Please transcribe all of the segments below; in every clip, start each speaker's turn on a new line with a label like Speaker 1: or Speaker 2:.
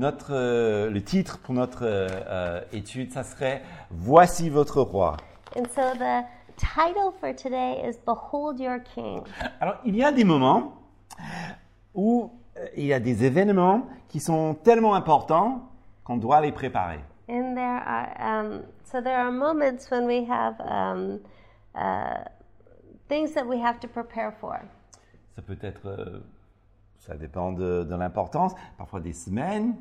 Speaker 1: Notre, euh, le titre pour notre euh, euh, étude, ça serait Voici votre roi.
Speaker 2: And so the title for today is Behold Your King.
Speaker 1: Alors, il y a des moments où euh, il y a des événements qui sont tellement importants qu'on doit les préparer.
Speaker 2: And there are um, so there are moments when we have um, uh, things that we have to prepare for.
Speaker 1: Ça peut être, euh, ça dépend de, de l'importance, parfois des semaines,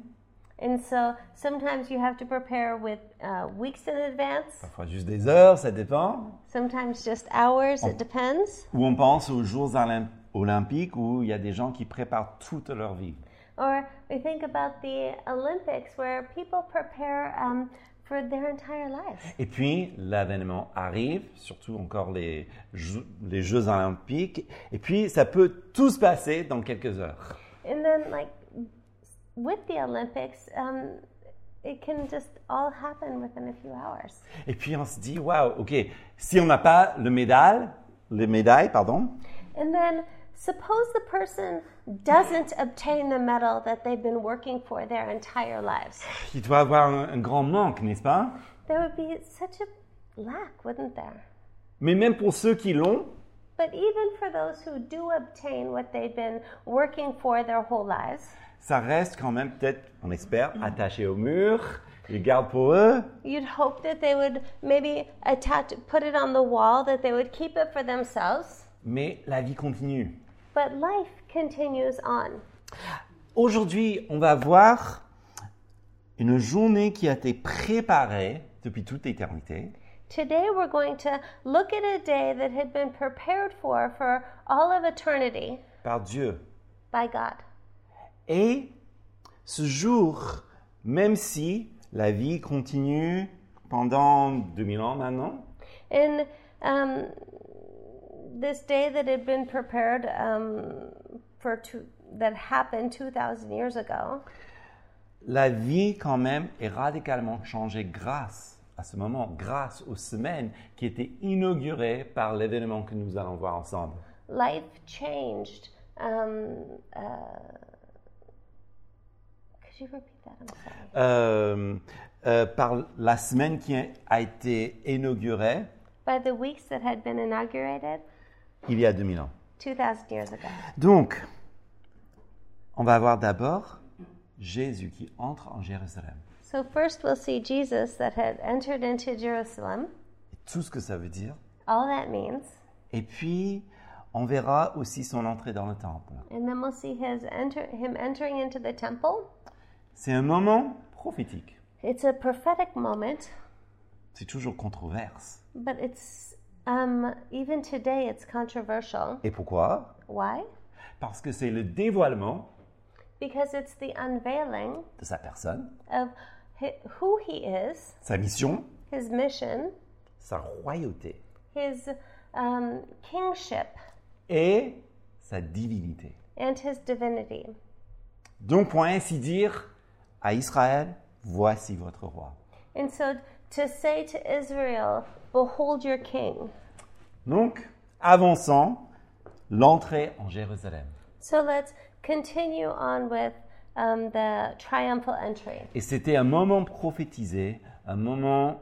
Speaker 2: And so sometimes you have to prepare with uh, weeks in advance.
Speaker 1: parfois juste des heures, ça dépend.
Speaker 2: Sometimes just hours. It depends.
Speaker 1: Ou on pense aux Jeux olym- olympiques où il y a des gens qui préparent toute leur vie.
Speaker 2: Or we think about the Olympics where people prepare um, for their entire life.
Speaker 1: Et puis l'événement arrive, surtout encore les, Jeux- les Jeux olympiques, et puis ça peut tout se passer dans quelques heures.
Speaker 2: And then, like with the Olympics, um, it can just all happen within a few hours.
Speaker 1: Et puis on se dit, waouh, ok, si on n'a pas le médaille, les médailles, pardon,
Speaker 2: And then, suppose the person doesn't obtain the medal that they've been working for their entire lives.
Speaker 1: il doit avoir un, un grand manque, n'est-ce pas
Speaker 2: There would be such a lack, wouldn't there?
Speaker 1: Mais même pour ceux qui l'ont,
Speaker 2: But even for those who do obtain what they've been working for their whole lives,
Speaker 1: ça reste quand même peut-être, on espère, attaché au mur, ils gardent pour eux,
Speaker 2: you'd hope that they would maybe attach, put it on the wall, that they would keep it for themselves.
Speaker 1: mais la vie continue.
Speaker 2: But life continues on.
Speaker 1: Aujourd'hui, on va voir une journée qui a été préparée depuis toute l'éternité.
Speaker 2: Today we're going to look at a day that had been prepared for for all of eternity
Speaker 1: par Dieu.
Speaker 2: by God.
Speaker 1: Et ce jour, même si la vie continue pendant 2000 ans maintenant,
Speaker 2: And um, this day that had been prepared um, for two, that happened 2,000 years ago,
Speaker 1: la vie quand même est radicalement changée grâce à ce moment, grâce aux semaines qui étaient inaugurées par l'événement que nous allons voir ensemble.
Speaker 2: life changed. Um, uh, could you repeat that? I'm sorry.
Speaker 1: Euh, euh, par la semaine qui a été inaugurée
Speaker 2: By the weeks that had been inaugurated
Speaker 1: il y a 2000 ans.
Speaker 2: 2,000 years ago.
Speaker 1: Donc, on va voir d'abord Jésus qui entre en Jérusalem.
Speaker 2: So, first we'll see Jesus that had entered into Jerusalem,
Speaker 1: Et tout ce que ça veut dire.
Speaker 2: all that means,
Speaker 1: Et puis, on verra aussi son entrée dans le temple.
Speaker 2: and then we'll see his enter- him entering into the temple.
Speaker 1: C'est un moment prophétique.
Speaker 2: It's a prophetic moment
Speaker 1: C'est toujours controverse.
Speaker 2: But it's um, even today it's controversial.
Speaker 1: Et pourquoi
Speaker 2: Why?
Speaker 1: Parce que c'est le dévoilement
Speaker 2: Because it's the unveiling
Speaker 1: de sa personne,
Speaker 2: of hi who he is,
Speaker 1: sa mission,
Speaker 2: his mission,
Speaker 1: sa royauté
Speaker 2: his um, kingship,
Speaker 1: et sa divinité.
Speaker 2: and his divinity.
Speaker 1: Donc, pour ainsi dire, à Israël, voici votre roi.
Speaker 2: And so to say to Israel, Behold your king.
Speaker 1: Donc, avançons l'entrée en Jérusalem.
Speaker 2: So let's continue on with um, the triumphal entry.
Speaker 1: Et c'était un moment prophétisé, un moment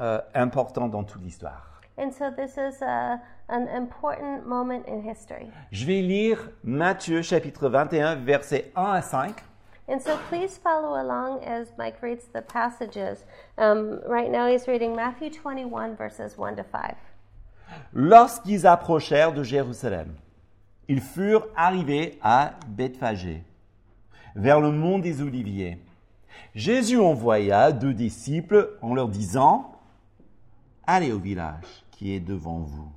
Speaker 1: euh, important dans toute l'histoire.
Speaker 2: And so this is a, an important moment in history.
Speaker 1: Je vais lire Matthieu chapitre 21, versets 1 à 5.
Speaker 2: And so please follow along as Mike reads the passages. Um, right now he's reading Matthew 21, verses 1 to 5.
Speaker 1: Lorsqu'ils approchèrent de Jérusalem, ils furent arrivés à Bethphagée, vers le mont des Oliviers. Jésus envoya deux disciples en leur disant Allez au village qui est devant vous.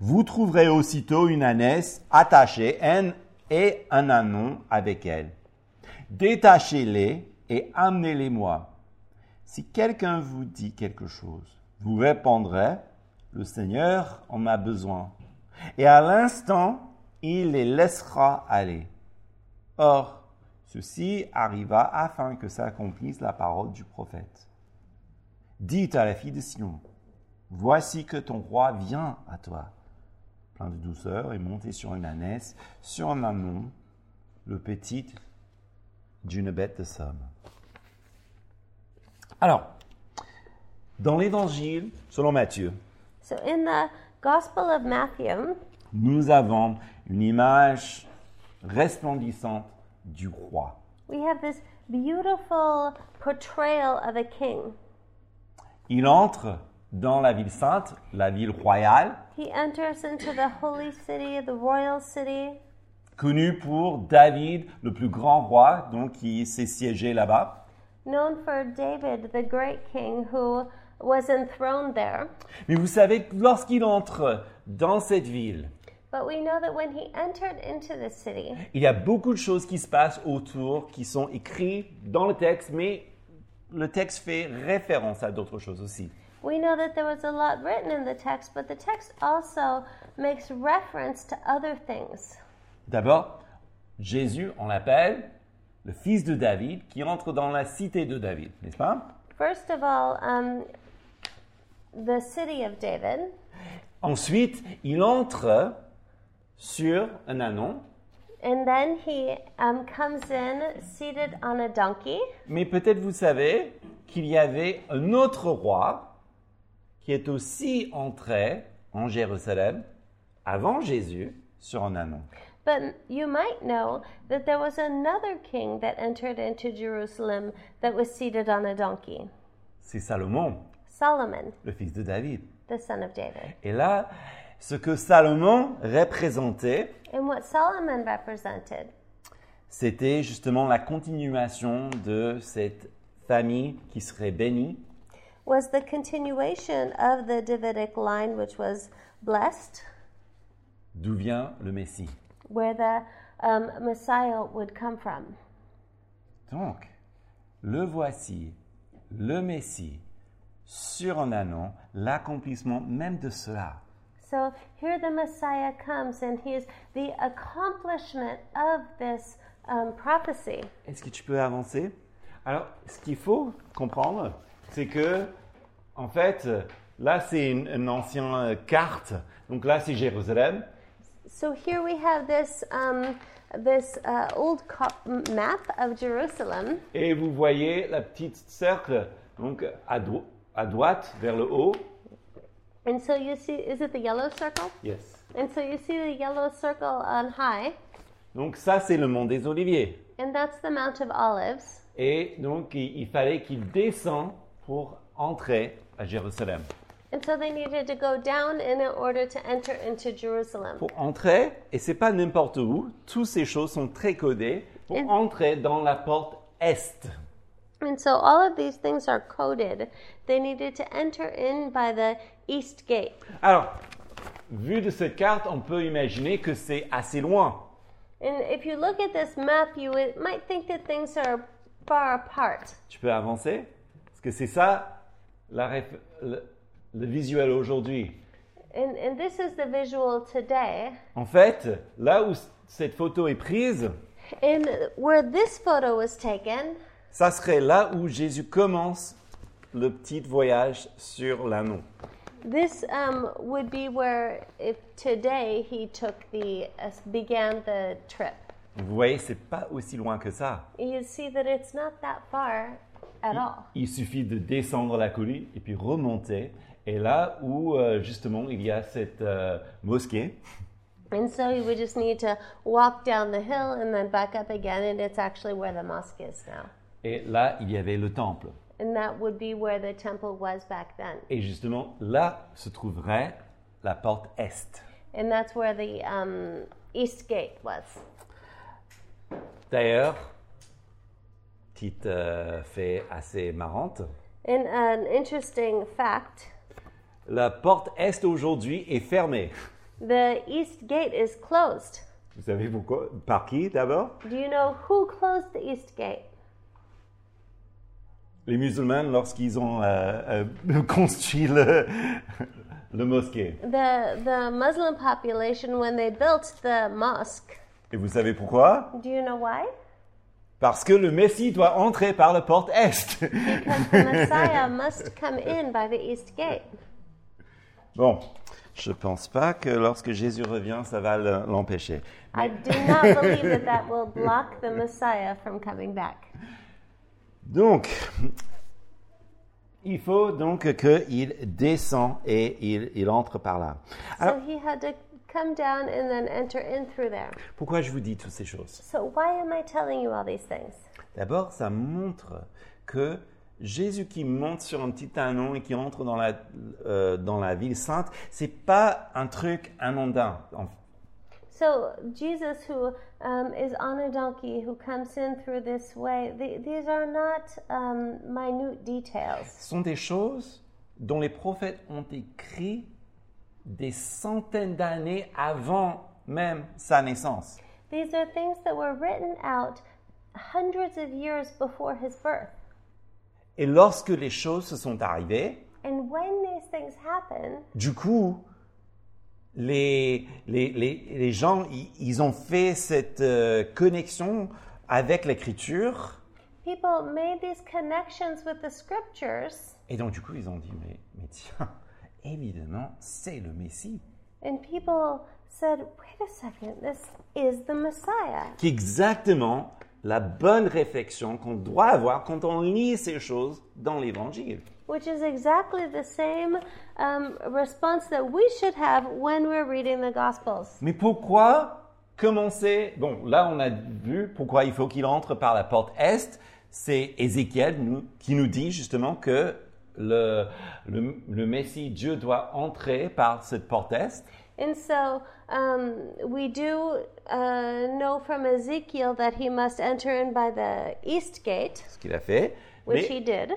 Speaker 1: Vous trouverez aussitôt une ânesse attachée un- et un anon avec elle. Détachez-les et amenez-les-moi. Si quelqu'un vous dit quelque chose, vous répondrez Le Seigneur en a besoin. Et à l'instant, il les laissera aller. Or, ceci arriva afin que s'accomplisse la parole du prophète. Dites à la fille de Sion Voici que ton roi vient à toi, plein de douceur et monté sur une ânesse, sur un amont, le petit d'une bête de somme. Alors, dans l'évangile, selon Matthieu,
Speaker 2: So in the Gospel of Matthew,
Speaker 1: nous avons une image resplendissante du roi.
Speaker 2: we have this beautiful portrayal of a king.
Speaker 1: Il entre dans la ville sainte, la ville royale,
Speaker 2: He enters into the holy city, the royal city,
Speaker 1: connue pour David, le plus grand roi, donc qui s'est siégé là-bas.
Speaker 2: known for David, the great king who was enthroned there.
Speaker 1: Mais vous savez, lorsqu'il entre dans cette ville,
Speaker 2: But we know that when he entered into the city,
Speaker 1: il y a beaucoup de choses qui se passent autour, qui sont écrites dans le texte, mais le texte fait référence à d'autres choses aussi.
Speaker 2: we know that there was a lot written in the text, but the text also makes reference to other things.
Speaker 1: D'abord, Jésus, on l'appelle le fils de David, qui entre dans la cité de David, n'est-ce pas
Speaker 2: First of all, um, the city of David.
Speaker 1: Ensuite, il entre sur un anon,
Speaker 2: And then he um, comes in seated on a donkey.
Speaker 1: mais peut-être vous savez qu'il y avait un autre roi qui est aussi entré en Jérusalem avant Jésus sur un anon.
Speaker 2: But you might know that there was another king that entered into Jerusalem that was seated on a donkey
Speaker 1: C'est Salomon,
Speaker 2: Solomon,
Speaker 1: le fils de David.
Speaker 2: the son of David.
Speaker 1: Et là, ce que Salomon représentait,
Speaker 2: And what Solomon represented
Speaker 1: c'était justement la continuation de cette famille qui serait bénie.
Speaker 2: was the continuation of the Davidic line, which was blessed,
Speaker 1: D'où vient le Messie
Speaker 2: where the um, Messiah would come from.
Speaker 1: Donc, le voici, le Messie, sur un anon, l'accomplissement même de cela.
Speaker 2: So here the Messiah comes, and he is the accomplishment of this um, prophecy.
Speaker 1: Est-ce que tu peux avancer Alors, ce qu'il faut comprendre, c'est que, en fait, là, c'est une, une ancienne euh, carte. Donc là, c'est Jérusalem.
Speaker 2: So here we have this um, this uh, old co- map of Jerusalem,
Speaker 1: Et vous voyez la petite cercle, donc à, dro- à droite, vers le haut.
Speaker 2: and so you see is it the yellow circle?
Speaker 1: Yes.
Speaker 2: And so you see the yellow circle on high,
Speaker 1: Donc ça, c'est le mont des Oliviers.
Speaker 2: and that's the Mount of Olives.
Speaker 1: Et donc, il, il fallait qu'il descende pour entrer à Jérusalem.
Speaker 2: And so they needed to go down in order to enter into Jerusalem.
Speaker 1: Pour entrer, et c'est pas n'importe où, toutes ces choses sont très codées, pour
Speaker 2: Et-
Speaker 1: entrer dans la porte est.
Speaker 2: And so all of these things are coded. They needed to enter in by the east gate.
Speaker 1: Alors, vu de cette carte, on peut imaginer que c'est assez loin.
Speaker 2: And if you look at this map, you would, might think that things are far apart.
Speaker 1: Tu peux avancer Parce que c'est ça la réf- le, le visuel aujourd'hui.
Speaker 2: And, and this is the visual today.
Speaker 1: En fait, là où c- cette photo est prise,
Speaker 2: And where this photo was taken,
Speaker 1: ça serait là où Jésus commence le petit voyage sur l'anneau.
Speaker 2: this um, would be where if today he took the uh, began the trip.
Speaker 1: Vous voyez, c'est pas aussi loin que ça.
Speaker 2: You see that it's not that far
Speaker 1: Hmm.
Speaker 2: at all.
Speaker 1: Il suffit de descendre la colline et puis remonter. Et là où euh, justement il y a cette euh, mosquée,
Speaker 2: And so you would just need to walk down the hill and then back up again, and it's actually where the mosque is now.
Speaker 1: et là il y avait le temple.
Speaker 2: And that would be where the temple was back then.
Speaker 1: Et justement là se trouverait la porte est.
Speaker 2: And that's where the um, east gate was.
Speaker 1: D'ailleurs, petite euh, fait assez marrante,
Speaker 2: And an interesting fact
Speaker 1: la porte est aujourd'hui est fermée.
Speaker 2: the east gate is closed.
Speaker 1: Vous savez pourquoi Par qui d'abord
Speaker 2: Do you know who closed the east gate?
Speaker 1: Les musulmans lorsqu'ils ont euh, euh, construit le, le mosquée.
Speaker 2: The the Muslim population when they built the mosque.
Speaker 1: Et vous savez pourquoi
Speaker 2: Do you know why?
Speaker 1: Parce que le Messie doit entrer par la porte Est.
Speaker 2: Because the Messiah must come in by the east gate.
Speaker 1: bon, Je ne pense pas que lorsque Jésus revient, ça va le- l'empêcher.
Speaker 2: I do not believe that that will block the Messiah from coming back.
Speaker 1: Donc, il faut donc qu'il descend et il, il entre par là. Alors,
Speaker 2: So he had to come down and then enter in through there.
Speaker 1: pourquoi je vous dis toutes ces choses
Speaker 2: So why am I telling you all these things?
Speaker 1: D'abord, ça montre que Jésus qui monte sur un petit anon et qui entre dans la, euh, dans la ville sainte, c'est pas un truc anodin. En-
Speaker 2: So Jesus, who um, is on a donkey, who comes in through this way, the, these are not um, minute details.
Speaker 1: Ce sont des choses dont les prophètes ont écrit des centaines d'années avant même sa naissance.
Speaker 2: These are things that were written out hundreds of years before his birth.
Speaker 1: Et lorsque les choses se sont arrivées,
Speaker 2: And when these things happen,
Speaker 1: du coup, les, les, les, les gens, i- ils ont fait cette euh, connexion avec l'écriture.
Speaker 2: people made these connections with the scriptures,
Speaker 1: Et donc, du coup, ils ont dit, mais, mais tiens, évidemment, c'est le Messie
Speaker 2: and people said, wait a second, this is the Messiah.
Speaker 1: qui est exactement la bonne réflexion qu'on doit avoir quand on lit ces choses dans l'Évangile.
Speaker 2: Which is exactly the same um, response that we should have when we're reading the Gospels.
Speaker 1: Mais pourquoi commencer Bon, là, on a vu pourquoi il faut qu'il entre par la porte est. C'est Ézéchiel nous- qui nous dit justement que le, le, le Messie, Dieu, doit entrer par cette porte est.
Speaker 2: And so um, we do uh, know from Ezekiel that he must enter in by the east gate,
Speaker 1: Ce qu'il a fait.
Speaker 2: which
Speaker 1: Mais
Speaker 2: he did.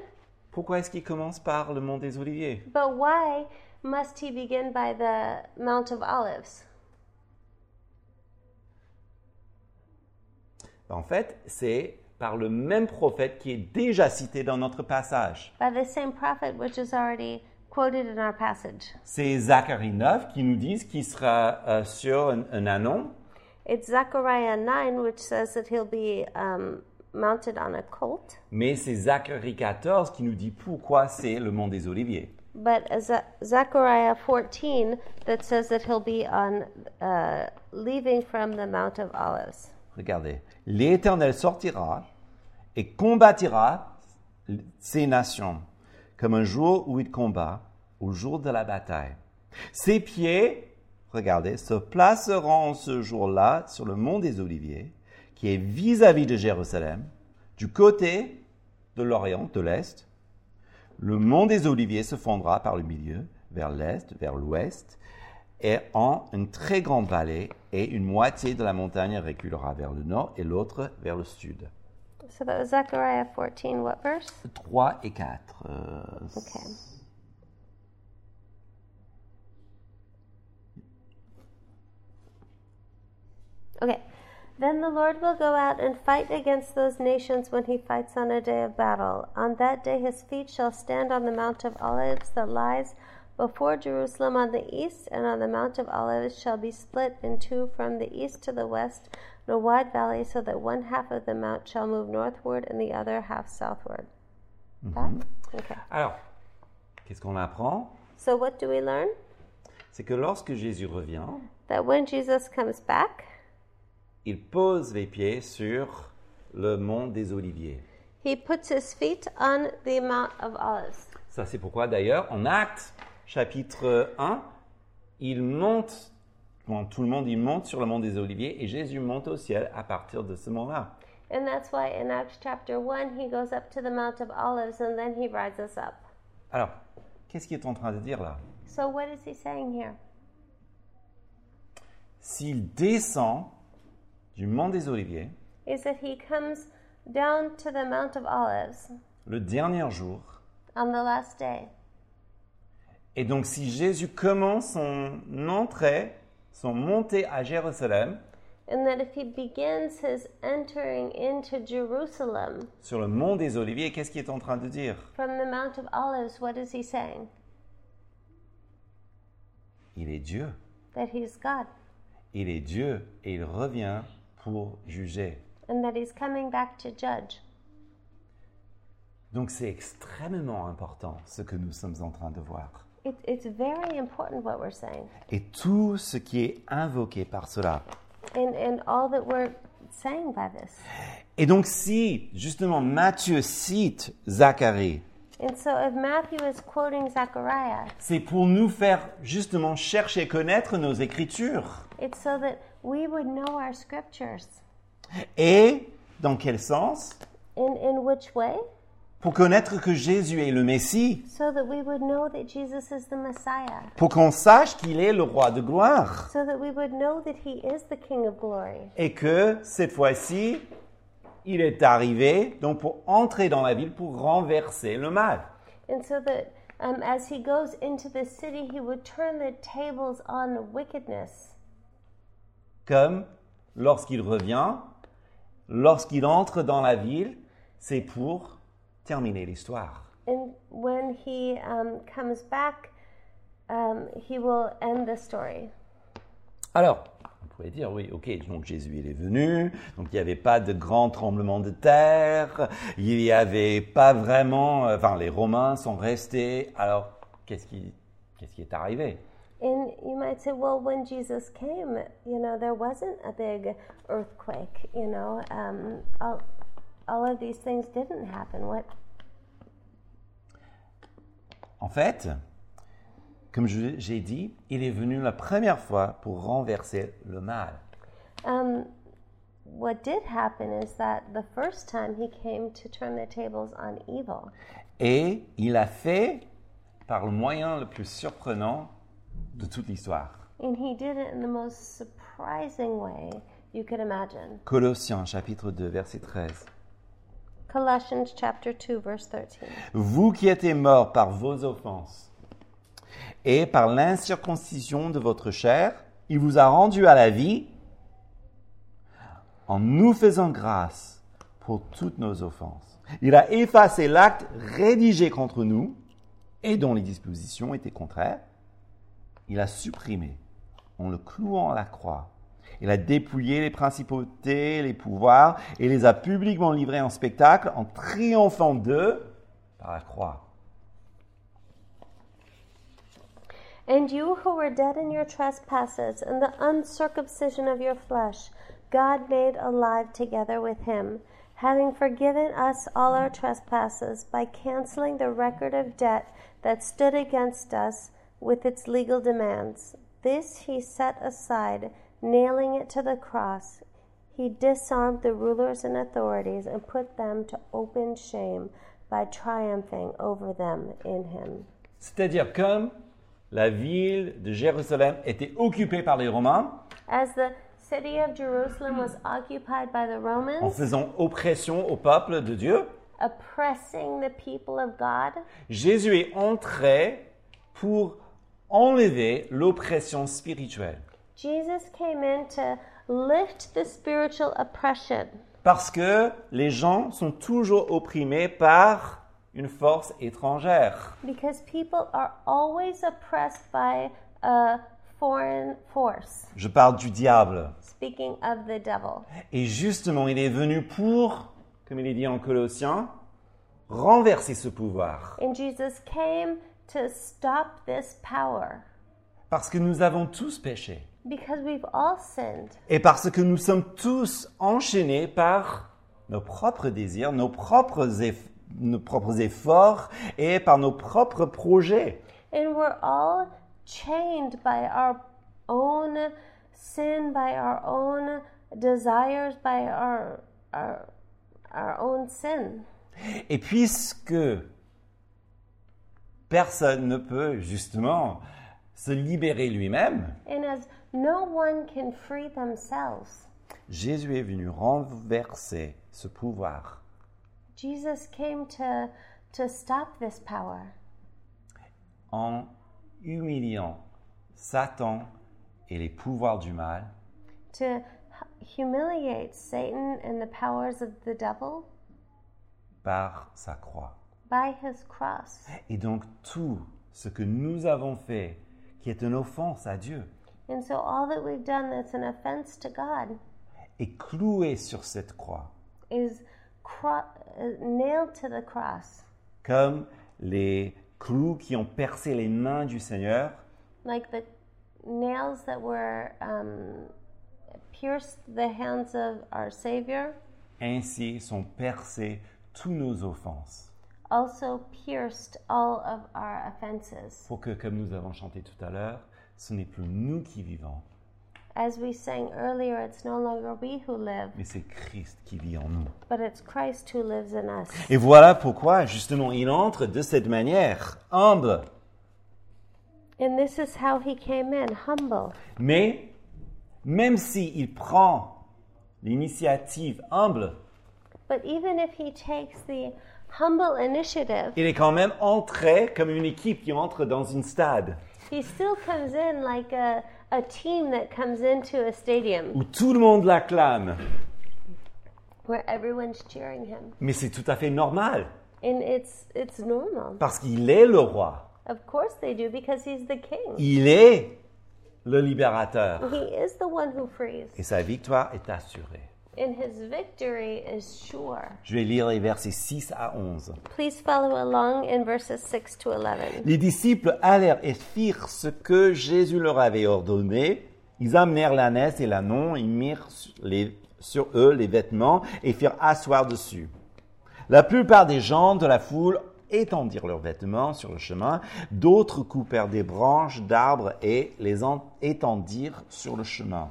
Speaker 1: pourquoi est-ce qu'il commence par le mont des Oliviers
Speaker 2: But why must he begin by the Mount of Olives?
Speaker 1: En fait, c'est par le même prophète qui est déjà cité dans notre passage.
Speaker 2: By the same prophet, which is already quoted in our passage.
Speaker 1: C'est Zacharie 9 qui nous dit qu'il sera euh, sur un, un ânon.
Speaker 2: It's Zechariah 9, which says that he'll be um, mounted on a colt.
Speaker 1: Mais c'est Zacharie 14 qui nous dit pourquoi c'est le mont des Oliviers.
Speaker 2: But as- Zechariah 14, that says that he'll be on uh, leaving from the Mount of Olives.
Speaker 1: Regardez, l'Éternel sortira et combattira ces nations, comme un jour où il combat, au jour de la bataille. Ses pieds, regardez, se placeront ce jour-là sur le mont des Oliviers, qui est vis-à-vis de Jérusalem, du côté de l'Orient, de l'Est. Le mont des Oliviers se fondra par le milieu, vers l'Est, vers l'Ouest, et en une très grande vallée, et une moitié de la montagne reculera vers le nord et l'autre vers le sud.
Speaker 2: So that was Zechariah 14, what verse?
Speaker 1: 3 et 4. euh,
Speaker 2: Okay. Okay. Then the Lord will go out and fight against those nations when he fights on a day of battle. On that day his feet shall stand on the Mount of Olives that lies before Jerusalem on the east, and on the Mount of Olives shall be split in two from the east to the west in a wide valley, so that one half of the mount shall move northward and the other half southward. That? Okay.
Speaker 1: Alors, qu'est-ce qu'on apprend
Speaker 2: So, what do we learn?
Speaker 1: C'est que lorsque Jésus revient,
Speaker 2: That when Jesus comes back,
Speaker 1: il pose les pieds sur le mont des Oliviers.
Speaker 2: he puts his feet on the Mount of Olives.
Speaker 1: Ça, c'est pourquoi d'ailleurs, en Actes, chapitre 1, il monte, bon, tout le monde, il monte sur le mont des Oliviers et Jésus monte au ciel à partir de ce mont-là.
Speaker 2: And that's why in Acts chapter 1, he goes up to the Mount of Olives and then he rises up.
Speaker 1: Alors, qu'est-ce qu'il est en train de dire là
Speaker 2: So, what is he saying here?
Speaker 1: S'il descend du mont des Oliviers,
Speaker 2: Is that he comes down to the Mount of Olives
Speaker 1: le dernier jour,
Speaker 2: on the last day.
Speaker 1: et donc si Jésus commence son entrée, son montée à Jérusalem,
Speaker 2: And that if he begins his entering into Jerusalem
Speaker 1: sur le mont des Oliviers, qu'est-ce qu'il est en train de dire
Speaker 2: from the Mount of Olives, what is he saying?
Speaker 1: Il est Dieu.
Speaker 2: That he's God
Speaker 1: Il est Dieu et il revient pour juger.
Speaker 2: and that he's coming back to judge.
Speaker 1: Donc c'est extrêmement important ce que nous sommes en train de voir.
Speaker 2: It, it's very important what we're saying
Speaker 1: et tout ce qui est invoqué par cela.
Speaker 2: and, and all that we're saying by this.
Speaker 1: Et donc si justement Matthieu cite Zacharie,
Speaker 2: And so if Matthew is quoting Zechariah,
Speaker 1: c'est pour nous faire justement chercher et connaître nos écritures.
Speaker 2: it's so that we would know our scriptures.
Speaker 1: Et dans quel sens
Speaker 2: In, in which way?
Speaker 1: Pour connaître que Jésus est le Messie,
Speaker 2: So that we would know that Jesus is the Messiah.
Speaker 1: pour qu'on sache qu'il est le roi de gloire
Speaker 2: So that we would know that he is the King of glory.
Speaker 1: et que cette fois-ci, il est arrivé donc pour entrer dans la ville pour renverser le mal.
Speaker 2: And so that um, as he goes into the city, he would turn the tables on the wickedness.
Speaker 1: Comme lorsqu'il revient, lorsqu'il entre dans la ville, c'est pour terminer l'histoire.
Speaker 2: And when he um, comes back, um, he will end the story.
Speaker 1: Alors, vous pouvez dire, oui, ok, donc Jésus il est venu, donc il n'y avait pas de grand tremblement de terre, il n'y avait pas vraiment, euh, enfin les Romains sont restés, alors qu'est-ce qui, qu'est-ce qui est arrivé
Speaker 2: And you might say, well, when Jesus came, you know, there wasn't a big earthquake. You know, um, all, all of these things didn't happen. What?
Speaker 1: En fait, comme je- j'ai dit, il est venu la première fois pour renverser le mal.
Speaker 2: Um, what did happen is that the first time he came to turn the tables on evil,
Speaker 1: Et il a fait par le moyen le plus surprenant de toute l'histoire.
Speaker 2: and he did it in the most surprising way you could imagine.
Speaker 1: Colossiens chapitre 2 verset 13.
Speaker 2: Colossians chapter 2, verse 13.
Speaker 1: Vous qui étiez morts par vos offenses et par l'incirconcision de votre chair, il vous a rendu à la vie en nous faisant grâce pour toutes nos offenses. Il a effacé l'acte rédigé contre nous et dont les dispositions étaient contraires. Il a supprimé en le clouant à la croix. Il a dépouillé les principautés, les pouvoirs et les a publiquement livrés en spectacle en triomphant d'eux par la croix.
Speaker 2: And you who were dead in your trespasses and the uncircumcision of your flesh, God made alive together with him, having forgiven us all our trespasses by canceling the record of debt that stood against us with its legal demands. This he set aside, nailing it to the cross. He disarmed the rulers and authorities and put them to open shame by triumphing over them in him.
Speaker 1: C'est-à-dire comme la ville de Jérusalem était occupée par les Romains
Speaker 2: As the city of Jerusalem was occupied by the
Speaker 1: en
Speaker 2: Romans,
Speaker 1: faisant oppression au peuple de Dieu,
Speaker 2: oppressing the people of God,
Speaker 1: Jésus est entré pour enlever l'oppression spirituelle.
Speaker 2: Jesus came in to lift the spiritual oppression
Speaker 1: Parce que les gens sont toujours opprimés par une force étrangère.
Speaker 2: because people are always oppressed by a foreign force.
Speaker 1: Je parle du diable.
Speaker 2: Speaking of the devil.
Speaker 1: Et justement, il est venu pour, comme il est dit en Colossiens, renverser ce pouvoir.
Speaker 2: And Jesus came to stop this power
Speaker 1: Parce que nous avons tous péché.
Speaker 2: because we've all sinned.
Speaker 1: Et parce que nous sommes tous enchaînés par nos propres désirs, nos propres, eff- nos propres efforts et par nos propres projets.
Speaker 2: And we're all chained by our own sin, by our own desires, by our our our own sin.
Speaker 1: Et puisque personne ne peut justement se libérer lui-même,
Speaker 2: And as no one can free themselves,
Speaker 1: Jésus est venu renverser ce pouvoir.
Speaker 2: Jesus came to to stop this power
Speaker 1: en humiliant Satan et les pouvoirs du mal
Speaker 2: to hu- humiliate Satan and the powers of the devil
Speaker 1: par sa croix.
Speaker 2: by his cross.
Speaker 1: Et donc tout ce que nous avons fait qui est une offense à Dieu
Speaker 2: And so all that we've done that's an offense to God
Speaker 1: est cloué sur cette croix,
Speaker 2: is cro- uh, nailed to the cross.
Speaker 1: comme les clous qui ont percé les mains du Seigneur,
Speaker 2: like the nails that were um, pierced the hands of our Savior,
Speaker 1: ainsi sont percées toutes nos offenses.
Speaker 2: also pierced all of our offenses.
Speaker 1: Pour que, comme nous avons chanté tout à l'heure, ce n'est plus nous qui vivons,
Speaker 2: As we sang earlier, it's no longer we who live,
Speaker 1: mais c'est Christ qui vit en nous.
Speaker 2: but it's Christ who lives in us.
Speaker 1: Et voilà pourquoi, justement, il entre de cette manière, humble.
Speaker 2: And this is how he came in humble.
Speaker 1: Mais, même s'il prend l'initiative humble,
Speaker 2: But even if he takes the humble initiative,
Speaker 1: il est quand même entré comme une équipe qui entre dans une stade,
Speaker 2: he still comes in like a, a team that comes into a stadium
Speaker 1: où tout le monde l'acclame.
Speaker 2: where everyone's cheering him.
Speaker 1: Mais c'est tout à fait normal,
Speaker 2: And it's, it's normal.
Speaker 1: parce qu'il est le roi,
Speaker 2: Of course they do because he's the king.
Speaker 1: il est le libérateur,
Speaker 2: He is the one who frees,
Speaker 1: et sa victoire est assurée.
Speaker 2: and his victory is sure.
Speaker 1: Je vais lire les versets 6 à 11.
Speaker 2: Please follow along in verses 6 to 11.
Speaker 1: Les disciples allèrent et firent ce que Jésus leur avait ordonné. Ils amenèrent l'ânesse et l'anon, ils mirent sur, les- sur eux les vêtements et firent asseoir dessus. La plupart des gens de la foule étendirent leurs vêtements sur le chemin, d'autres coupèrent des branches d'arbres et les en- étendirent sur le chemin.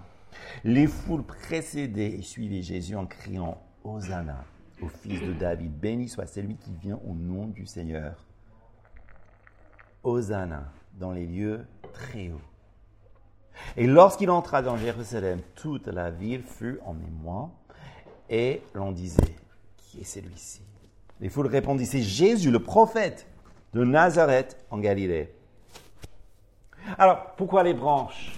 Speaker 1: Les foules précédaient et suivaient Jésus en criant Hosanna au fils de David, béni soit celui qui vient au nom du Seigneur. Hosanna dans les lieux très hauts. Et lorsqu'il entra dans Jérusalem, toute la ville fut en émoi et l'on disait Qui est celui-ci Les foules répondirent C'est Jésus, le prophète de Nazareth en Galilée. Alors, pourquoi les branches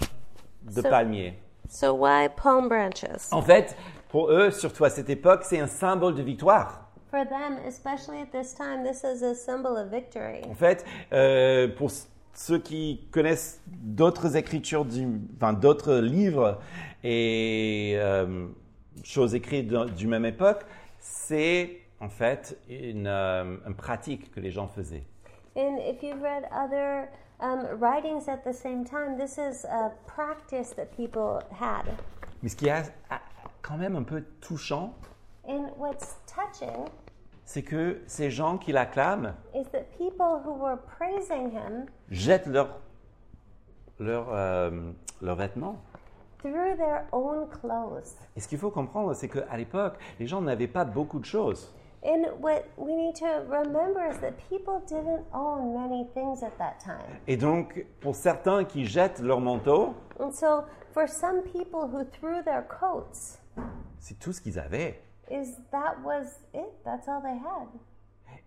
Speaker 1: de
Speaker 2: Ça-
Speaker 1: palmier
Speaker 2: So, why palm branches?
Speaker 1: En fait, pour eux, surtout à cette époque, c'est un symbole de victoire.
Speaker 2: For them, especially at this time, this is a symbol of victory.
Speaker 1: En fait, euh, pour c- ceux qui connaissent d'autres écritures, du- enfin d'autres livres et euh, choses écrites de- du même époque, c'est en fait une, euh, une pratique que les gens faisaient.
Speaker 2: And if you've read other um, writings at the same time, this is a practice that people had.
Speaker 1: Mais ce qui est a- a- quand même un peu touchant,
Speaker 2: And what's touching
Speaker 1: c'est que ces gens qui l'acclament
Speaker 2: is that people who were praising him
Speaker 1: jettent leurs leur, euh, leurs vêtements.
Speaker 2: threw their own clothes.
Speaker 1: Et ce qu'il faut comprendre, c'est qu'à l'époque, les gens n'avaient pas beaucoup de choses.
Speaker 2: And what we need to remember is that people didn't own many things at that time.
Speaker 1: Et donc, pour certains qui jettent leur manteau,
Speaker 2: And so, for some people who threw their coats,
Speaker 1: c'est tout ce qu'ils avaient.
Speaker 2: is that was it? That's all they had.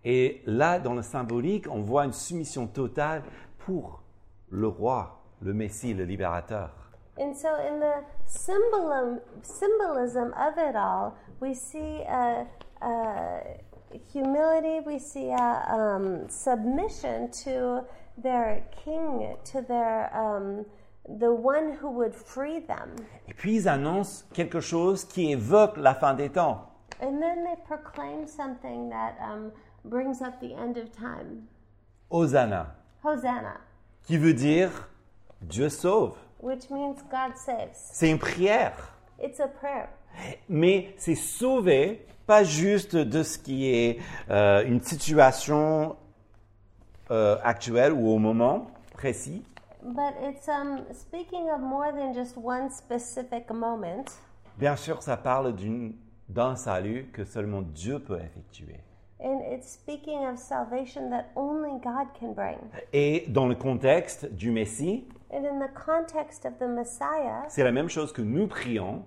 Speaker 1: Et là, dans le symbolique, on voit une soumission totale pour le roi, le Messie, le libérateur.
Speaker 2: And so, in the symbolism symbolism of it all, we see a, a humility. We see a um, submission to their king, to their um, the one who would free them.
Speaker 1: Et puis, ils annoncent quelque chose qui évoque la fin des temps.
Speaker 2: And then they proclaim something that um, brings up the end of time.
Speaker 1: Hosanna,
Speaker 2: Hosanna,
Speaker 1: qui veut dire Dieu sauve.
Speaker 2: which means God saves.
Speaker 1: C'est une prière.
Speaker 2: It's a prayer.
Speaker 1: Mais c'est sauver, pas juste de ce qui est euh, une situation euh, actuelle ou au moment précis,
Speaker 2: But it's um, speaking of more than just one specific moment.
Speaker 1: Bien sûr, ça parle d'une- d'un salut que seulement Dieu peut effectuer.
Speaker 2: And it's speaking of salvation that only God can bring.
Speaker 1: Et dans le contexte du Messie,
Speaker 2: And in the context of the Messiah,
Speaker 1: c'est la même chose que nous prions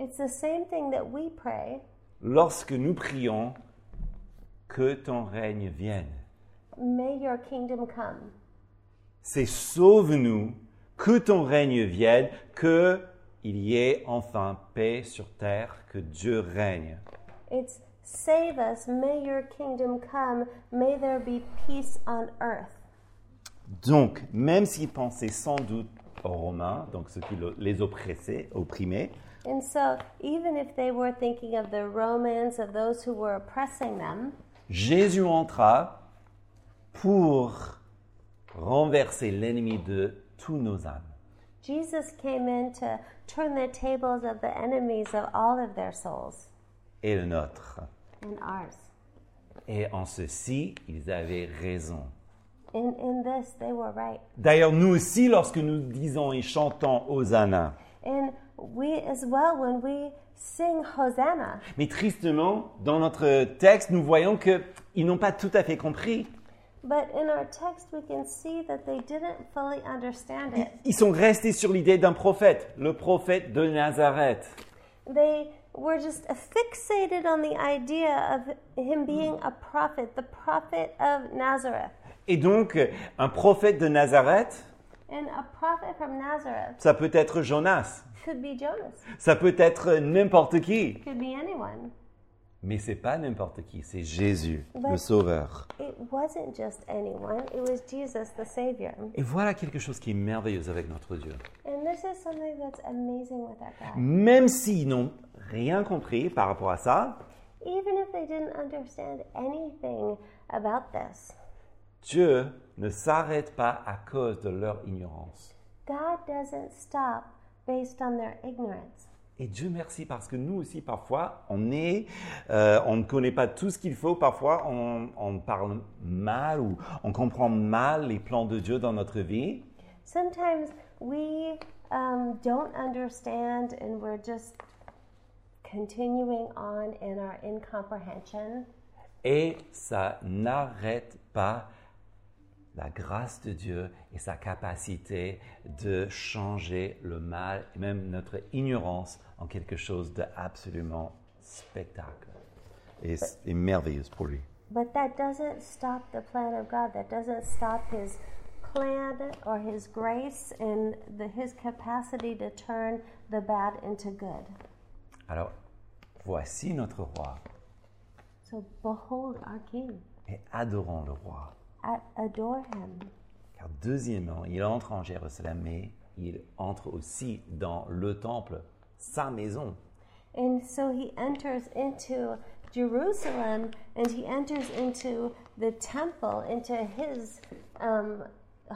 Speaker 2: it's the same thing that we pray
Speaker 1: lorsque nous prions que ton règne vienne.
Speaker 2: May your kingdom come.
Speaker 1: C'est sauve-nous, que ton règne vienne, que il y ait enfin paix sur terre, que Dieu règne.
Speaker 2: It's save us, may your kingdom come, may there be peace on earth.
Speaker 1: Donc, même s'ils pensaient sans doute aux Romains, donc ceux qui le- les oppressaient, opprimaient,
Speaker 2: And so, even if they were thinking of the Romans, of those who were oppressing them,
Speaker 1: Jésus entra pour renverser l'ennemi de tous nos âmes.
Speaker 2: Jesus came in to turn the tables of the enemies of all of their souls
Speaker 1: et le nôtre.
Speaker 2: and ours.
Speaker 1: Et en ceci, ils avaient raison.
Speaker 2: In, in this, they were right.
Speaker 1: D'ailleurs, nous aussi, lorsque nous disons et chantons Hosanna,
Speaker 2: And we as well, when we sing Hosanna,
Speaker 1: mais tristement, dans notre texte, nous voyons qu'ils n'ont pas tout à fait compris.
Speaker 2: but in our text, we can see that they didn't fully understand it.
Speaker 1: Ils sont restés sur l'idée d'un prophète, le prophète de Nazareth.
Speaker 2: They were just fixated on the idea of him being a prophet, the prophet of Nazareth.
Speaker 1: Et donc, un prophète de Nazareth,
Speaker 2: And a prophet from Nazareth
Speaker 1: ça peut être Jonas,
Speaker 2: could be Jonas,
Speaker 1: ça peut être n'importe qui.
Speaker 2: could be anyone.
Speaker 1: Mais c'est pas n'importe qui, c'est Jésus, le
Speaker 2: Ouais.
Speaker 1: Sauveur.
Speaker 2: It wasn't just anyone, it was Jesus the Savior.
Speaker 1: Et voilà quelque chose qui est merveilleux avec notre Dieu.
Speaker 2: And this is something that's amazing with our God.
Speaker 1: Même s'ils n'ont rien compris par rapport à ça,
Speaker 2: Even if they didn't understand anything about this,
Speaker 1: Dieu ne s'arrête pas à cause de leur ignorance.
Speaker 2: God doesn't stop based on their ignorance.
Speaker 1: Et Dieu merci parce que nous aussi parfois on est, euh, on ne connaît pas tout ce qu'il faut. Parfois on, on parle mal ou on comprend mal les plans de Dieu dans notre vie.
Speaker 2: Sometimes we um, don't understand and we're just continuing on in our incomprehension.
Speaker 1: Et ça n'arrête pas la grâce de Dieu et sa capacité de changer le mal et même notre ignorance en quelque chose d'absolument spectacle et, et merveilleuse pour lui.
Speaker 2: But that doesn't stop the plan of God. That doesn't stop His plan or His grace and the, His capacity to turn the bad into good.
Speaker 1: Alors, voici notre roi
Speaker 2: So behold our King.
Speaker 1: et adorons le roi.
Speaker 2: A- Adore Him.
Speaker 1: Car deuxièmement, il entre en Jérusalem, mais il entre aussi dans le temple, sa maison.
Speaker 2: And so He enters into Jerusalem and He enters into the temple, into His um,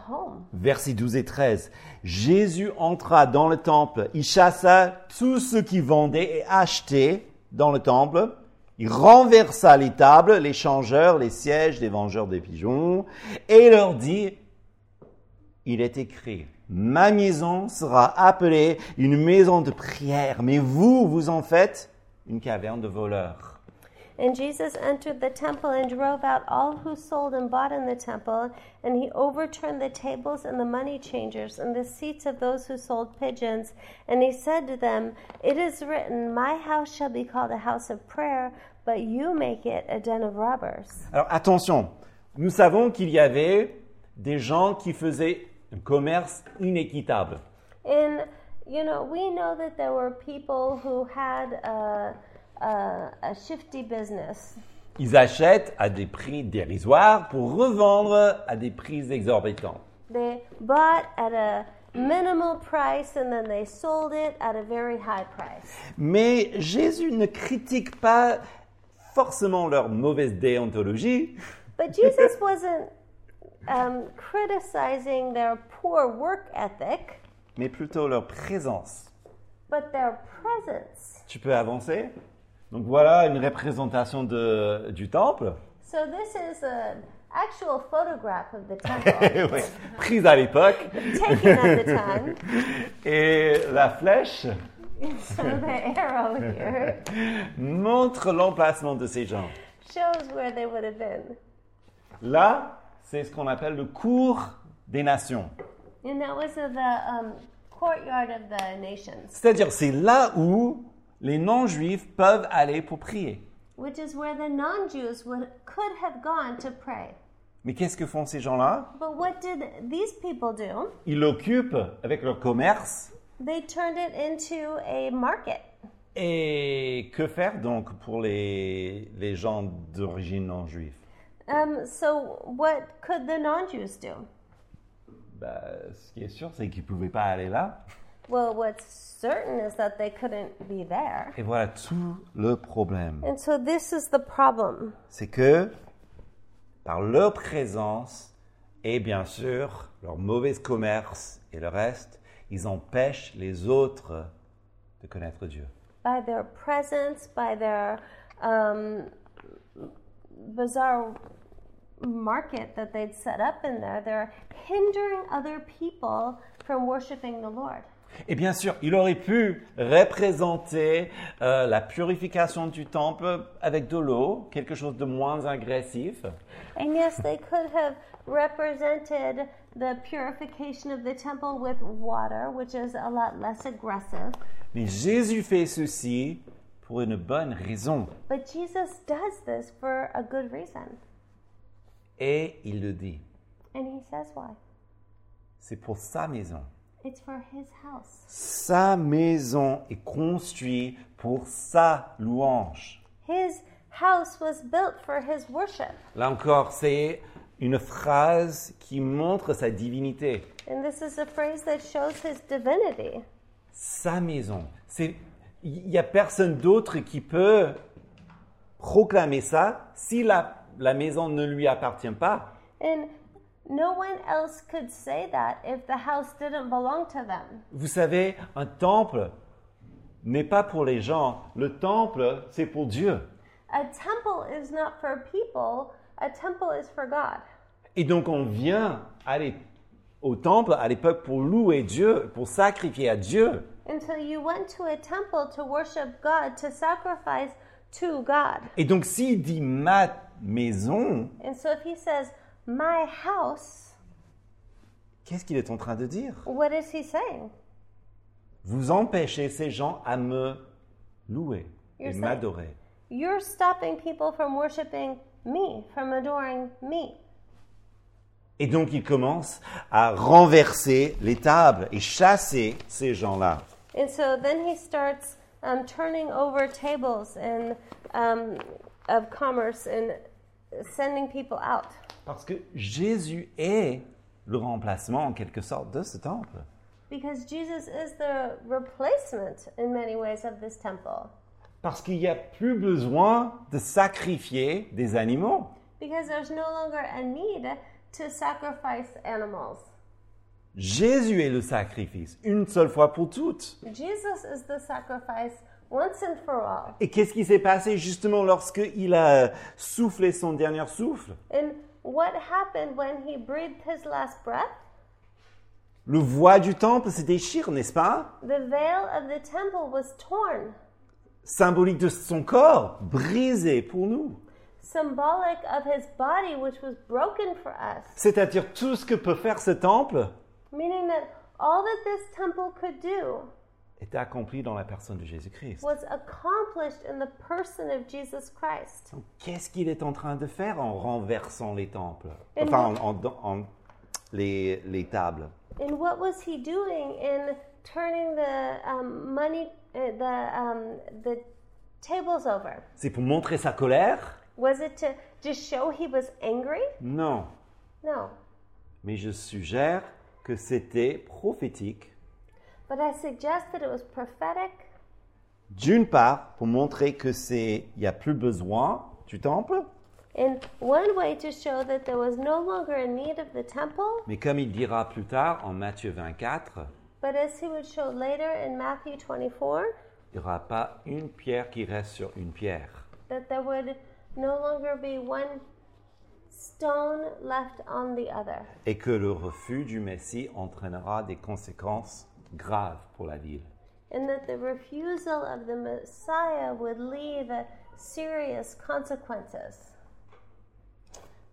Speaker 2: home.
Speaker 1: Versets 12 et 13. Jésus entra dans le temple, il chassa tous ceux qui vendaient et achetaient dans le temple, il renversa les tables, les changeurs, les sièges, les vengeurs des pigeons, et leur dit, il est écrit, ma maison sera appelée une maison de prière, mais vous, vous en faites une caverne de voleurs.
Speaker 2: And Jesus entered the temple and drove out all who sold and bought in the temple, and he overturned the tables and the money changers and the seats of those who sold pigeons. And he said to them, It is written, My house shall be called a house of prayer, but you make it a den of robbers.
Speaker 1: Alors attention, nous savons qu'il y avait des gens qui faisaient un commerce inéquitable.
Speaker 2: And, you know, we know that there were people who had a, a, a shifty business.
Speaker 1: Ils achètent à des prix dérisoires pour revendre à des prix exorbitants.
Speaker 2: They bought at a minimal price and then they sold it at a very high price.
Speaker 1: Mais Jésus ne critique pas forcément leur mauvaise déontologie,
Speaker 2: But Jesus wasn't um, criticizing their poor work ethic,
Speaker 1: mais plutôt leur présence.
Speaker 2: but their presence.
Speaker 1: Tu peux avancer Donc voilà une représentation de- du temple,
Speaker 2: So this is an actual photograph of the temple
Speaker 1: Ouais, Eh prise à l'époque,
Speaker 2: taken at the time.
Speaker 1: et la flèche
Speaker 2: So the arrow here
Speaker 1: montre l'emplacement de ces gens.
Speaker 2: shows where they would have been.
Speaker 1: Là, c'est ce qu'on appelle le cours des nations.
Speaker 2: And that was in the um, courtyard of the nations,
Speaker 1: C'est-à-dire, c'est là où les non-juifs peuvent aller pour prier.
Speaker 2: which is where the non-Jews would could have gone to pray.
Speaker 1: Mais qu'est-ce que font ces gens-là
Speaker 2: But what did these people do?
Speaker 1: Ils l'occupent avec leur commerce.
Speaker 2: They turned it into a market.
Speaker 1: Et que faire donc pour les, les gens d'origine non-juive
Speaker 2: Um, so, what could the non Jews do?
Speaker 1: Bah, Ce qui est sûr, c'est qu'ils ne pouvaient pas aller là.
Speaker 2: Well, what's certain is that they couldn't be there.
Speaker 1: Et voilà tout le problème.
Speaker 2: And so, this is the problem
Speaker 1: C'est que par leur présence et bien sûr leur mauvais commerce et le reste, ils empêchent les autres de connaître Dieu.
Speaker 2: by their presence, by their um, bizarre market that they'd set up in there. They're hindering other people from worshiping the Lord.
Speaker 1: Et bien sûr, il aurait pu représenter euh, la purification du temple avec de l'eau, quelque chose de moins agressif.
Speaker 2: And yes, they could have represented the purification of the temple with water, which is a lot less aggressive.
Speaker 1: Mais Jésus fait ceci pour une bonne raison.
Speaker 2: But Jesus does this for a good reason.
Speaker 1: Et il le dit,
Speaker 2: And he says why?
Speaker 1: c'est pour sa maison.
Speaker 2: It's for his house.
Speaker 1: Sa maison est construite pour sa louange.
Speaker 2: His house was built for his worship.
Speaker 1: Là encore, c'est une phrase qui montre sa divinité.
Speaker 2: And this is a phrase that shows his divinity.
Speaker 1: Sa maison. C'est- Il n'y a personne d'autre qui peut proclamer ça si la, la maison ne lui appartient pas.
Speaker 2: And no one else could say that if the house didn't belong to them.
Speaker 1: Vous savez, un temple n'est pas pour les gens. Le temple, c'est pour Dieu.
Speaker 2: A temple is not for people, a temple is for God.
Speaker 1: Et donc on vient aller au temple à l'époque pour louer Dieu, pour sacrifier à Dieu.
Speaker 2: And so you went to a temple to worship God, to sacrifice to God.
Speaker 1: Et donc s'il dit ma maison,
Speaker 2: And so if he says, My house,
Speaker 1: qu'est-ce qu'il est en train de dire
Speaker 2: what is he saying?
Speaker 1: Vous empêchez ces gens à me louer et
Speaker 2: You're saying-
Speaker 1: m'adorer.
Speaker 2: You're stopping people from worshiping me, from adoring me.
Speaker 1: Et donc il commence à renverser les tables et chasser ces gens-là.
Speaker 2: And so then he starts um, turning over tables and um, of commerce and sending people out
Speaker 1: Parce que Jésus est le remplacement en quelque sorte de ce temple.
Speaker 2: because Jesus is the replacement in many ways of this temple
Speaker 1: Parce qu'il n'y a plus besoin de sacrifier des animaux.
Speaker 2: because there's no longer a need to sacrifice animals.
Speaker 1: Jésus est le sacrifice, une seule fois pour toutes.
Speaker 2: Jesus is the sacrifice once and for all.
Speaker 1: Et qu'est-ce qui s'est passé justement lorsqu'il a soufflé son dernier souffle
Speaker 2: And what happened when he breathed his last breath?
Speaker 1: Le voile du temple se déchire, n'est-ce pas
Speaker 2: The veil of the temple was torn,
Speaker 1: Symbolique de son corps, brisé pour nous.
Speaker 2: symbolic of his body, which was broken for us.
Speaker 1: C'est-à-dire tout ce que peut faire ce temple
Speaker 2: meaning that all that this temple could do
Speaker 1: est accompli dans la personne de Jésus-Christ.
Speaker 2: was accomplished in the person of Jesus Christ.
Speaker 1: Qu'est-ce qu'il est en train de faire en renversant les temples Enfin, en, en- en- les, les tables.
Speaker 2: And what was he doing in turning the um, money, uh, the um, the tables over?
Speaker 1: C'est pour montrer sa colère
Speaker 2: Was it to just show he was angry?
Speaker 1: Non.
Speaker 2: No,
Speaker 1: Mais je suggère que c'était prophétique
Speaker 2: but I suggest that it was prophetic.
Speaker 1: D'une part, pour montrer que c'est, il n'y a plus besoin du temple,
Speaker 2: And one way to show that there was no longer a need of the temple,
Speaker 1: mais comme il dira plus tard en Matthieu 24,
Speaker 2: but as he would show later in Matthew 24,
Speaker 1: il n'y aura pas une pierre qui reste sur une pierre.
Speaker 2: that there would no longer be one stone left on the other,
Speaker 1: Et que le refus du Messie entraînera des conséquences graves pour la ville.
Speaker 2: and that the refusal of the Messiah would leave serious consequences.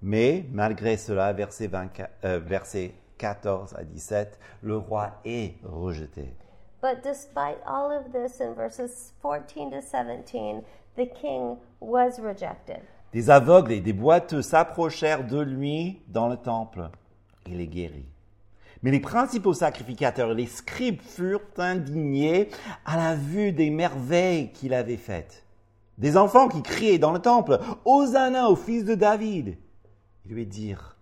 Speaker 1: Mais malgré cela, verset, 24 euh, verset 14 à 17, le roi est rejeté.
Speaker 2: But despite all of this, in verses 14 to 17, the king was rejected.
Speaker 1: Des aveugles et des boiteux s'approchèrent de lui dans le temple. Il les guérit. Mais les principaux sacrificateurs et les scribes furent indignés à la vue des merveilles qu'il avait faites. Des enfants qui criaient dans le temple Hosanna au fils de David. Ils lui dirent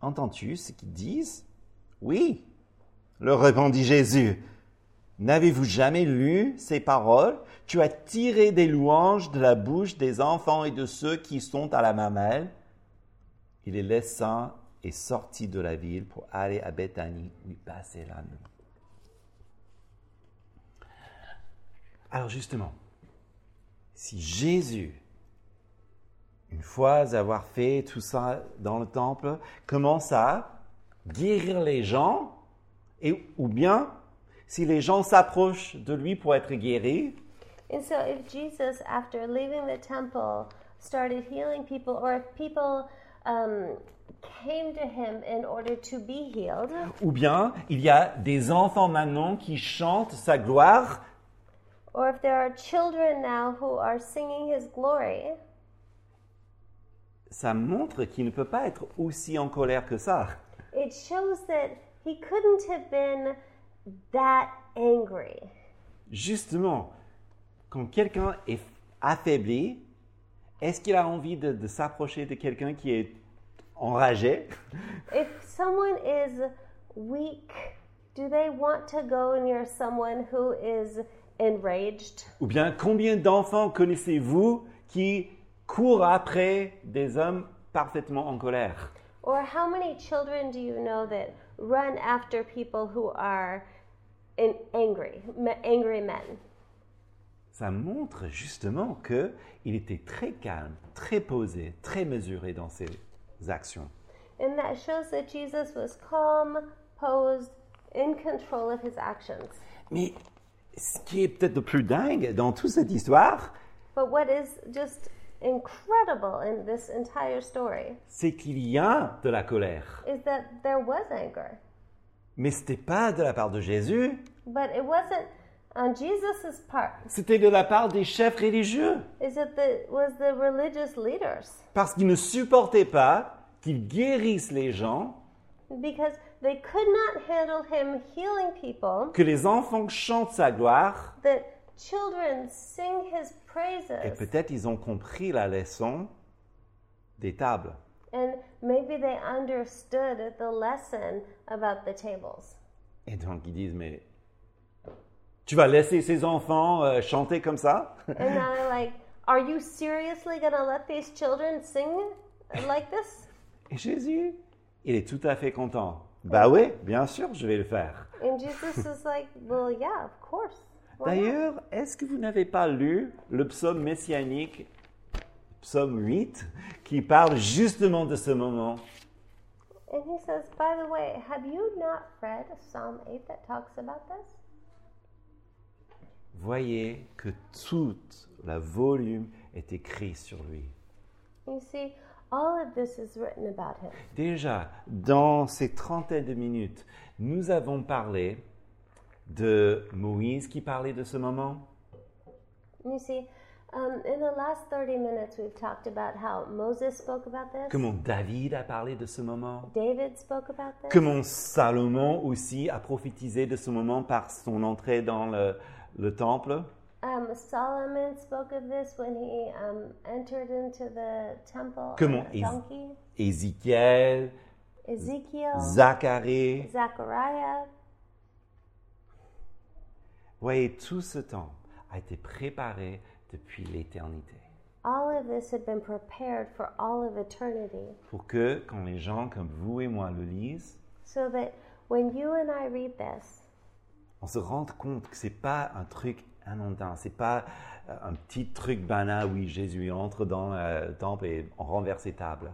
Speaker 1: Entends-tu ce qu'ils disent Oui, leur répondit Jésus. N'avez-vous jamais lu ces paroles Tu as tiré des louanges de la bouche des enfants et de ceux qui sont à la mamelle. Il les laissa et sortit de la ville pour aller à Bethanie où il passait la nuit. Alors justement, si Jésus, une fois avoir fait tout ça dans le temple, commence à guérir les gens, et, ou bien si les gens s'approchent de lui pour être guéris,
Speaker 2: And so, if Jesus, after leaving the temple, started healing people, or if people um, came to him in order to be healed,
Speaker 1: ou bien il y a des enfants maintenant qui chantent sa gloire,
Speaker 2: or if there are children now who are singing his glory,
Speaker 1: ça montre qu'il ne peut pas être aussi en colère que ça.
Speaker 2: it shows that he couldn't have been that angry.
Speaker 1: Justement, quand quelqu'un est affaibli, est-ce qu'il a envie de, de s'approcher de quelqu'un qui est enragé
Speaker 2: If someone is weak, do they want to go near someone who is enraged?
Speaker 1: Ou bien combien d'enfants connaissez-vous qui courent après des hommes parfaitement en colère
Speaker 2: Or how many children do you know that run after people who are in angry, me- angry men?
Speaker 1: Ça montre justement que il était très calme, très posé, très mesuré dans ses actions.
Speaker 2: And that shows that Jesus was calm, posed, in control of his actions.
Speaker 1: Mais ce qui est peut-être le plus dingue dans toute cette histoire,
Speaker 2: But what is just incredible in this entire story
Speaker 1: c'est qu'il y a de la colère.
Speaker 2: is that there was anger,
Speaker 1: Mais ce n'était pas de la part de Jésus,
Speaker 2: but it wasn't on Jesus' part.
Speaker 1: c'était de la part des chefs religieux,
Speaker 2: Is that the was the religious leaders
Speaker 1: parce qu'ils ne supportaient pas qu'ils guérissent les gens
Speaker 2: because they could not handle him healing people.
Speaker 1: que les enfants chantent sa gloire.
Speaker 2: that children sing his
Speaker 1: Et
Speaker 2: praises
Speaker 1: peut-être ils ont compris la leçon des tables.
Speaker 2: and maybe they understood the lesson about the tables
Speaker 1: Et donc ils disent, mais tu vas laisser ces enfants euh, chanter comme ça
Speaker 2: and now they're like are you seriously going to let these children sing like this
Speaker 1: Et Jésus, il est tout à fait content. Bah oui, bien sûr, je vais le faire.
Speaker 2: and jesus is like well yeah of course Why not?"
Speaker 1: D'ailleurs, est-ce que vous n'avez pas lu le psaume messianique, psaume 8, qui parle justement de ce moment
Speaker 2: and he says by the way have you not read psalm 8 that talks about this
Speaker 1: Voyez que toute la volume est écrite sur lui.
Speaker 2: you see all of this is written about him
Speaker 1: Déjà, dans ces trentaines de minutes, nous avons parlé de Moïse qui parlait de ce moment,
Speaker 2: you see um, in the last 30 minutes we've talked about how moses spoke about this
Speaker 1: comment David a parlé de ce moment,
Speaker 2: David spoke about this.
Speaker 1: comment Salomon aussi a prophétisé de ce moment par son entrée dans le, le temple.
Speaker 2: Um, Solomon spoke of this when he um, entered into the temple
Speaker 1: Come
Speaker 2: on
Speaker 1: on,
Speaker 2: a
Speaker 1: is-
Speaker 2: donkey.
Speaker 1: Ézéchiel,
Speaker 2: Ezekiel,
Speaker 1: Zacharie,
Speaker 2: Zechariah.
Speaker 1: voyez, tout ce temps a été préparé depuis l'éternité
Speaker 2: All of this had been prepared for all of eternity,
Speaker 1: pour que quand les gens comme vous et moi le lisent,
Speaker 2: so that when you and I read this,
Speaker 1: on se rend compte que c'est pas un truc anodin, c'est pas euh, un petit truc banal. Oui, Jésus entre dans euh, le temple et on renverse ses tables.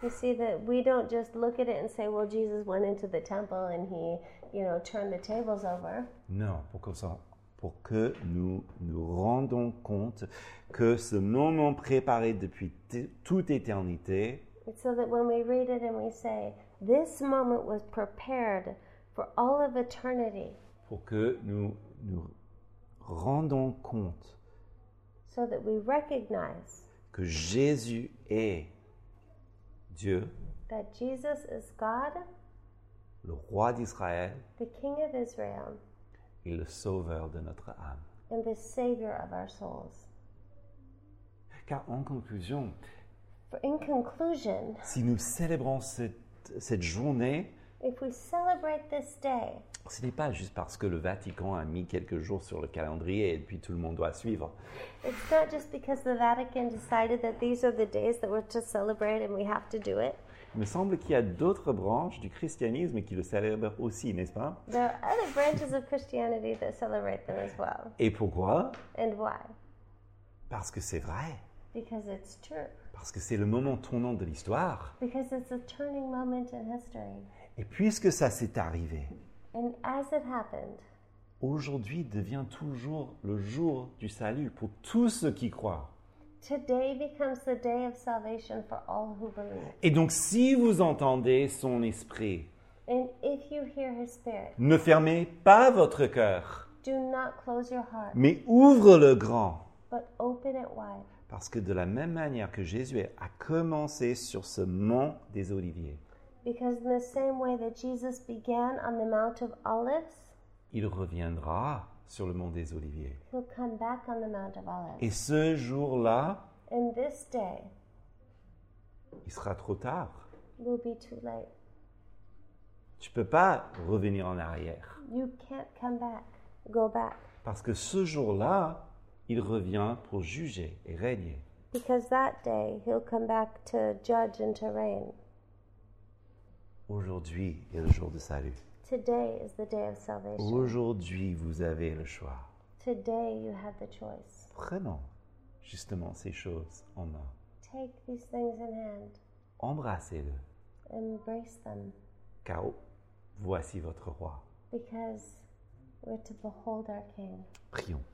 Speaker 2: you see that we don't just look at it and say, "Well, Jesus went into the temple and he, you know, turned the tables over."
Speaker 1: Non, pour que, ça- pour que nous nous rendons compte que ce moment préparé depuis t- toute éternité,
Speaker 2: It's so that when we read it and we say, "This moment was prepared for all of eternity."
Speaker 1: pour que nous nous rendons compte
Speaker 2: so that we recognize
Speaker 1: que Jésus est Dieu,
Speaker 2: that Jesus is God,
Speaker 1: le roi d'Israël
Speaker 2: the King of Israel,
Speaker 1: et le sauveur de notre âme.
Speaker 2: and the Savior of our souls.
Speaker 1: Car en conclusion,
Speaker 2: For in conclusion,
Speaker 1: si nous célébrons cette, cette journée
Speaker 2: if we celebrate this day,
Speaker 1: Ce n'est pas juste parce que le Vatican a mis quelques jours sur le calendrier et puis tout le monde doit suivre.
Speaker 2: it's not just because the Vatican decided that these are the days that we're to celebrate and we have to do it.
Speaker 1: Il me semble qu'il y a d'autres branches du christianisme qui le célèbrent aussi, n'est-ce pas
Speaker 2: There are other branches of Christianity that celebrate them as well.
Speaker 1: Et pourquoi
Speaker 2: And why?
Speaker 1: Parce que c'est vrai.
Speaker 2: Because it's true.
Speaker 1: Parce que c'est le moment tournant de l'histoire.
Speaker 2: Because it's a turning moment in history.
Speaker 1: Et puisque ça s'est arrivé,
Speaker 2: And as it happened,
Speaker 1: aujourd'hui devient toujours le jour du salut pour tous ceux qui croient.
Speaker 2: today becomes the day of salvation for all who believe.
Speaker 1: Et donc si vous entendez son esprit,
Speaker 2: And if you hear his spirit,
Speaker 1: ne fermez pas votre cœur,
Speaker 2: do not close your heart,
Speaker 1: mais ouvre le grand.
Speaker 2: but open it wide.
Speaker 1: Parce que de la même manière que Jésus a commencé sur ce mont des Oliviers,
Speaker 2: Because in the same way that Jesus began on the Mount of Olives,
Speaker 1: il reviendra sur le mont des Oliviers.
Speaker 2: he'll come back on the Mount of Olives.
Speaker 1: Et ce jour-là,
Speaker 2: And this day
Speaker 1: il sera trop tard.
Speaker 2: will be too late.
Speaker 1: Tu peux pas revenir en arrière.
Speaker 2: You can't come back. Go back.
Speaker 1: Parce que ce jour-là, il revient pour juger et régner.
Speaker 2: Because that day he'll come back to judge and to reign.
Speaker 1: Aujourd'hui est le jour de salut.
Speaker 2: Today is the day of salvation.
Speaker 1: Aujourd'hui, vous avez le choix.
Speaker 2: Today you have the choice.
Speaker 1: Prenons justement ces choses en main.
Speaker 2: Take these things in hand,
Speaker 1: Embrassez-le,
Speaker 2: embrace them,
Speaker 1: car voici votre roi.
Speaker 2: because we're to behold our King.
Speaker 1: Prions.